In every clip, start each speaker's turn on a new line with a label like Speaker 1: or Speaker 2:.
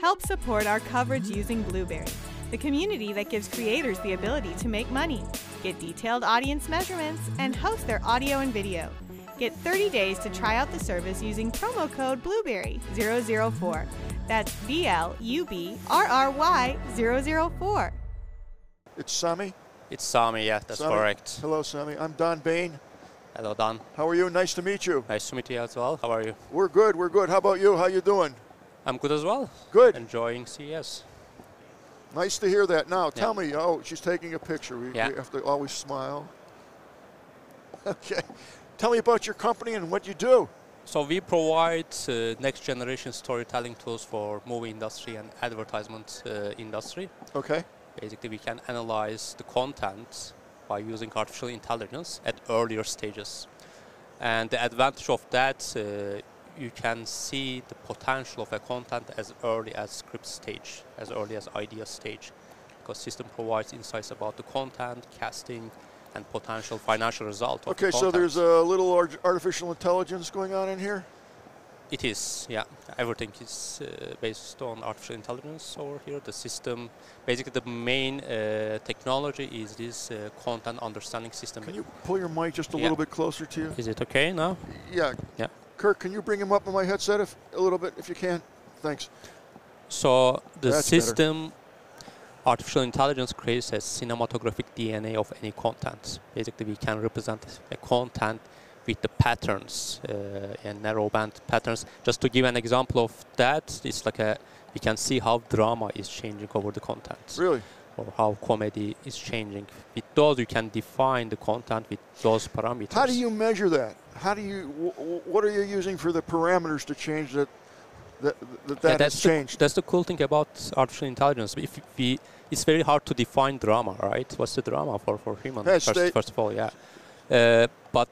Speaker 1: Help support our coverage using Blueberry, the community that gives creators the ability to make money, get detailed audience measurements, and host their audio and video. Get 30 days to try out the service using promo code Blueberry004. That's B L U B R R Y 004.
Speaker 2: It's Sami.
Speaker 3: It's Sami, yeah, that's
Speaker 2: Sami.
Speaker 3: correct.
Speaker 2: Hello, Sami. I'm Don Bain.
Speaker 3: Hello, Dan.
Speaker 2: How are you? Nice to meet you.
Speaker 3: Nice to meet you as well. How are you?
Speaker 2: We're good. We're good. How about you? How you doing?
Speaker 3: I'm good as well.
Speaker 2: Good.
Speaker 3: Enjoying E CES.
Speaker 2: Nice to hear that. Now, tell me. Oh, she's taking a picture. We,
Speaker 3: Yeah.
Speaker 2: we have to always smile. Okay. Tell me about your company and what you do.
Speaker 3: So we provide uh, next generation storytelling tools for movie industry and advertisement uh, industry.
Speaker 2: Okay.
Speaker 3: Basically, we can analyze the content by using artificial intelligence at earlier stages. And the advantage of that, uh, you can see the potential of a content as early as script stage, as early as idea stage, because system provides insights about the content, casting, and potential financial result. Of the
Speaker 2: Okay. So
Speaker 3: content.
Speaker 2: there's a little ar- artificial intelligence going on in here.
Speaker 3: It is, yeah. Everything is uh, based on artificial intelligence over here. The system, basically, the main uh, technology is this uh, content understanding system.
Speaker 2: Can you pull your mic just a
Speaker 3: Yeah.
Speaker 2: little bit closer to you?
Speaker 3: Is it okay now?
Speaker 2: Yeah.
Speaker 3: Yeah.
Speaker 2: Kirk, can you bring him up on my headset if, a little bit if you can? Thanks.
Speaker 3: So the
Speaker 2: That's better.
Speaker 3: system, artificial intelligence creates a cinematographic DNA of any content. Basically, we can represent a content with the patterns uh, and narrow band patterns. Just to give an example of that, it's like a we can see how drama is changing over the content.
Speaker 2: Really?
Speaker 3: or how comedy is changing. With those, you can define the content with those parameters.
Speaker 2: How do you measure that? How do you? wh- wh- What are you using for the parameters to change that? That that, that
Speaker 3: Yeah,
Speaker 2: has
Speaker 3: that's
Speaker 2: changed.
Speaker 3: The, that's the cool thing about artificial intelligence. If we, it's very hard to define drama, right? What's the drama for for human?
Speaker 2: That's the-
Speaker 3: First, first of all, yeah. Uh, but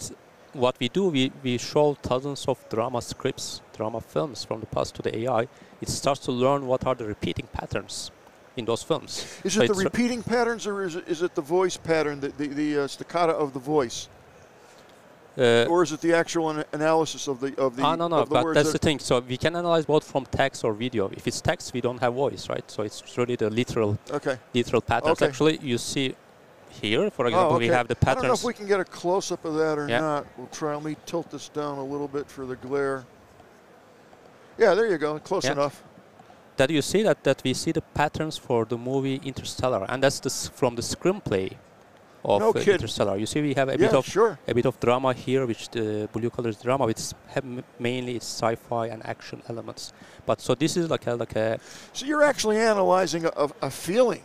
Speaker 3: what we do, we, we show thousands of drama scripts, drama films from the past to the AI. It starts to learn what are the repeating patterns in those films.
Speaker 2: is
Speaker 3: So
Speaker 2: it the
Speaker 3: it's-
Speaker 2: repeating patterns or is it, is it the voice pattern, the the, the uh, staccato of the voice,
Speaker 3: uh,
Speaker 2: or is it the actual an- analysis of the of the?
Speaker 3: Ah, no, no,
Speaker 2: of the
Speaker 3: but
Speaker 2: words
Speaker 3: that's the
Speaker 2: that-
Speaker 3: thing. So we can analyze both from text or video. If it's text, we don't have voice, right? So it's really the literal,
Speaker 2: okay.
Speaker 3: literal patterns.
Speaker 2: Okay.
Speaker 3: Actually, you see here, for example,
Speaker 2: oh, okay.
Speaker 3: we have the
Speaker 2: I don't know if
Speaker 3: patterns.
Speaker 2: we can get a close up of that or
Speaker 3: Yeah.
Speaker 2: not. We'll try. Let me tilt this down a little bit for the glare. Yeah, there you go. Close
Speaker 3: Yeah.
Speaker 2: enough.
Speaker 3: That you see that that we see the patterns for the movie Interstellar, and that's the, s- from the screenplay of
Speaker 2: No
Speaker 3: uh,
Speaker 2: kidding.
Speaker 3: Interstellar. You see, we have a
Speaker 2: yeah,
Speaker 3: bit of
Speaker 2: sure.
Speaker 3: a bit of drama here, which the blue color is drama, which s- have m- mainly it's sci-fi and action elements. But so this is like a like a
Speaker 2: So you're actually analyzing a, a, a feeling.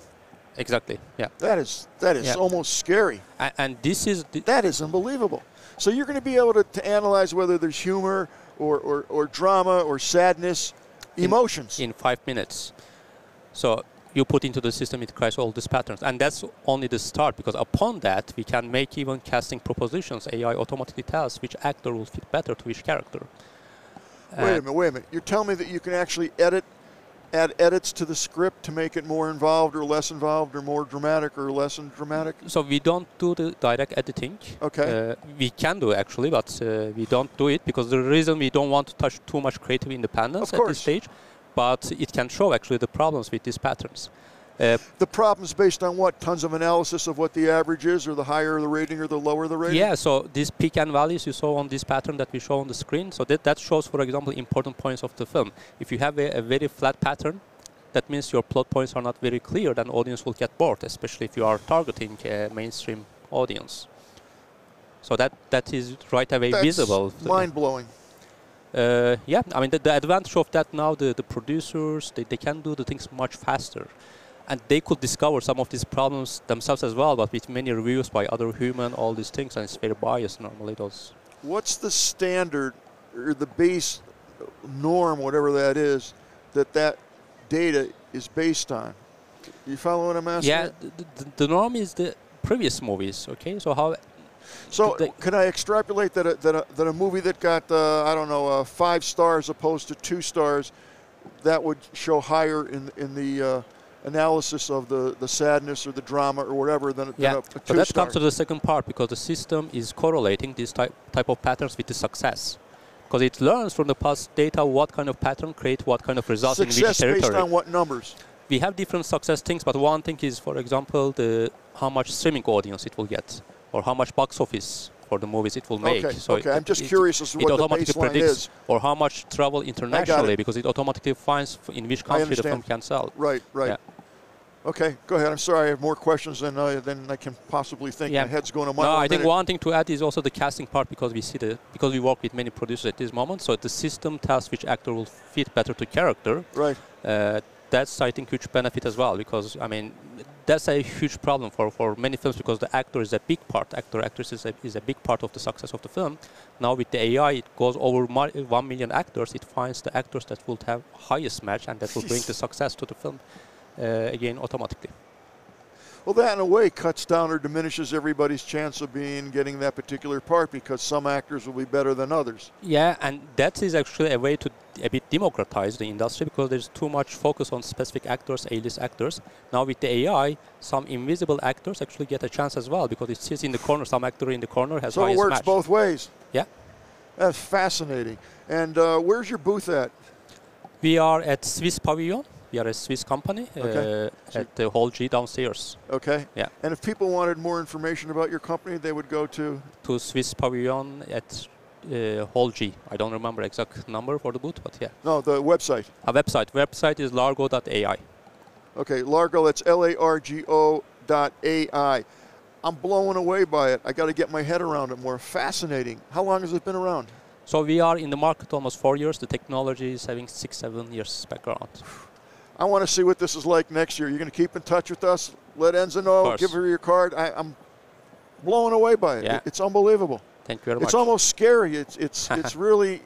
Speaker 3: exactly yeah,
Speaker 2: That is that is
Speaker 3: Yeah.
Speaker 2: almost scary.
Speaker 3: and, and this is the,
Speaker 2: That is unbelievable. So you're going to be able to, to analyze whether there's humor or, or, or drama or sadness,
Speaker 3: In-
Speaker 2: emotions.
Speaker 3: in five minutes. So you put into the system, it creates all these patterns. And that's only the start, because upon that, we can make even casting propositions. AI automatically tells which actor will fit better to which character. Uh,
Speaker 2: wait a
Speaker 3: And
Speaker 2: minute, wait a minute. You're telling me that you can actually edit, add edits to the script to make it more involved or less involved or more dramatic or less dramatic?
Speaker 3: So we don't do the direct editing.
Speaker 2: Okay.
Speaker 3: Uh, we can do actually, but uh, we don't do it because the reason we don't want to touch too much creative independence
Speaker 2: Of
Speaker 3: at
Speaker 2: course.
Speaker 3: this stage. But it can show actually the problems with these patterns. Uh,
Speaker 2: The problem's based on what? Tons of analysis of what the average is or the higher the rating or the lower the rating?
Speaker 3: Yeah, so these peak and valleys you saw on this pattern that we show on the screen, so that, that shows, for example, important points of the film. If you have a, a very flat pattern, that means your plot points are not very clear, then audience will get bored, especially if you are targeting a mainstream audience. So that, that is right away
Speaker 2: That's
Speaker 3: visible.
Speaker 2: mind blowing.
Speaker 3: Uh, yeah, I mean, the, the advantage of that now, the, the producers, they, they can do the things much faster. And they could discover some of these problems themselves as well, but with many reviews by other human, all these things, and it's very biased normally, those.
Speaker 2: What's the standard or the base norm, whatever that is, that that data is based on? You follow what I'm asking?
Speaker 3: yeah, the, the, the norm is the previous movies, okay? So how,
Speaker 2: So
Speaker 3: the-
Speaker 2: can I extrapolate that a, that a, that a movie that got uh, I don't know uh, five stars opposed to two stars, that would show higher in in the uh, analysis of the, the sadness or the drama or whatever than, than
Speaker 3: yeah,
Speaker 2: a, a
Speaker 3: so
Speaker 2: two
Speaker 3: that
Speaker 2: star.
Speaker 3: comes to the second part, because the system is correlating these type, type of patterns with the success. because it learns from the past data what kind of pattern create what kind of results
Speaker 2: Success
Speaker 3: in which
Speaker 2: based
Speaker 3: territory.
Speaker 2: on what numbers?
Speaker 3: we have different success things, but one thing is, for example, the how much streaming audience it will get, or how much box office for the movies it will make.
Speaker 2: Okay, okay. I'm just
Speaker 3: it-
Speaker 2: curious as to
Speaker 3: it
Speaker 2: what the
Speaker 3: automatically
Speaker 2: baseline
Speaker 3: predicts,
Speaker 2: is.
Speaker 3: or how much travel internationally, because it automatically finds f- in which country the film
Speaker 2: understand.
Speaker 3: can sell.
Speaker 2: Right, right.
Speaker 3: Yeah.
Speaker 2: Okay, go ahead. I'm sorry, I have more questions than I, than I can possibly think.
Speaker 3: Yeah.
Speaker 2: My head's going a mile
Speaker 3: No,
Speaker 2: a
Speaker 3: I think
Speaker 2: minute.
Speaker 3: one thing to add is also the casting part because we see the because we work with many producers at this moment. So the system tells which actor will fit better to character.
Speaker 2: Right.
Speaker 3: Uh, that's I think huge benefit as well because I mean that's a huge problem for, for many films because the actor is a big part. Actor actress is a, is a big part of the success of the film. Now with the AI, it goes over mul- one million actors. It finds the actors that will have highest match and that will bring
Speaker 2: Jeez.
Speaker 3: the success to the film uh, again automatically.
Speaker 2: Well, that in a way cuts down or diminishes everybody's chance of being getting that particular part because some actors will be better than others.
Speaker 3: Yeah, and that is actually a way to a bit democratize the industry because there's too much focus on specific actors, A-list actors. Now with the AI, some invisible actors actually get a chance as well because it sits in the corner. Some actor in the corner has
Speaker 2: so it
Speaker 3: highest
Speaker 2: works
Speaker 3: match.
Speaker 2: both ways.
Speaker 3: Yeah,
Speaker 2: That's fascinating. And uh, where's your booth at?
Speaker 3: we are at Swiss Pavilion. We are a Swiss company
Speaker 2: Okay.
Speaker 3: uh, at the Hall G downstairs.
Speaker 2: Okay.
Speaker 3: Yeah,
Speaker 2: And if people wanted more information about your company, they would go to.
Speaker 3: to Swiss Pavilion at uh, Hall G. I don't remember exact number for the booth, but yeah,
Speaker 2: No, the website.
Speaker 3: our website. Website is largo.ai.
Speaker 2: Okay, Largo, that's L A R G O dot A I. I'm blown away by it. I got to get my head around it more. Fascinating. How long has it been around?
Speaker 3: So we are in the market almost four years. The technology is having six, seven years background.
Speaker 2: I want to see what this is like next year. You're going to keep in touch with us. Let Enza know.
Speaker 3: course.
Speaker 2: Give her your card. I, I'm blown away by it.
Speaker 3: Yeah.
Speaker 2: It- It's unbelievable.
Speaker 3: Thank you very much.
Speaker 2: It's almost scary. It's it's it's really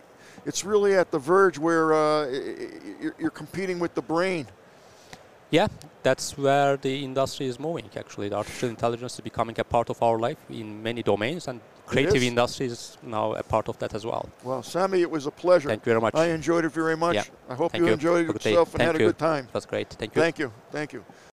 Speaker 2: it's really at the verge where uh, y- y- you're, you're competing with the brain.
Speaker 3: yeah, that's where the industry is moving. Actually, the artificial intelligence is becoming a part of our life in many domains, and creative
Speaker 2: is.
Speaker 3: industry is now a part of that as well.
Speaker 2: Well, Sammy, it was a pleasure.
Speaker 3: Thank you very much.
Speaker 2: I enjoyed it very much.
Speaker 3: Yeah.
Speaker 2: I hope
Speaker 3: Thank
Speaker 2: you enjoyed
Speaker 3: Have a good day.
Speaker 2: yourself and
Speaker 3: Thank
Speaker 2: had a
Speaker 3: you.
Speaker 2: good time.
Speaker 3: It was great. Thank you.
Speaker 2: Thank you. Thank you.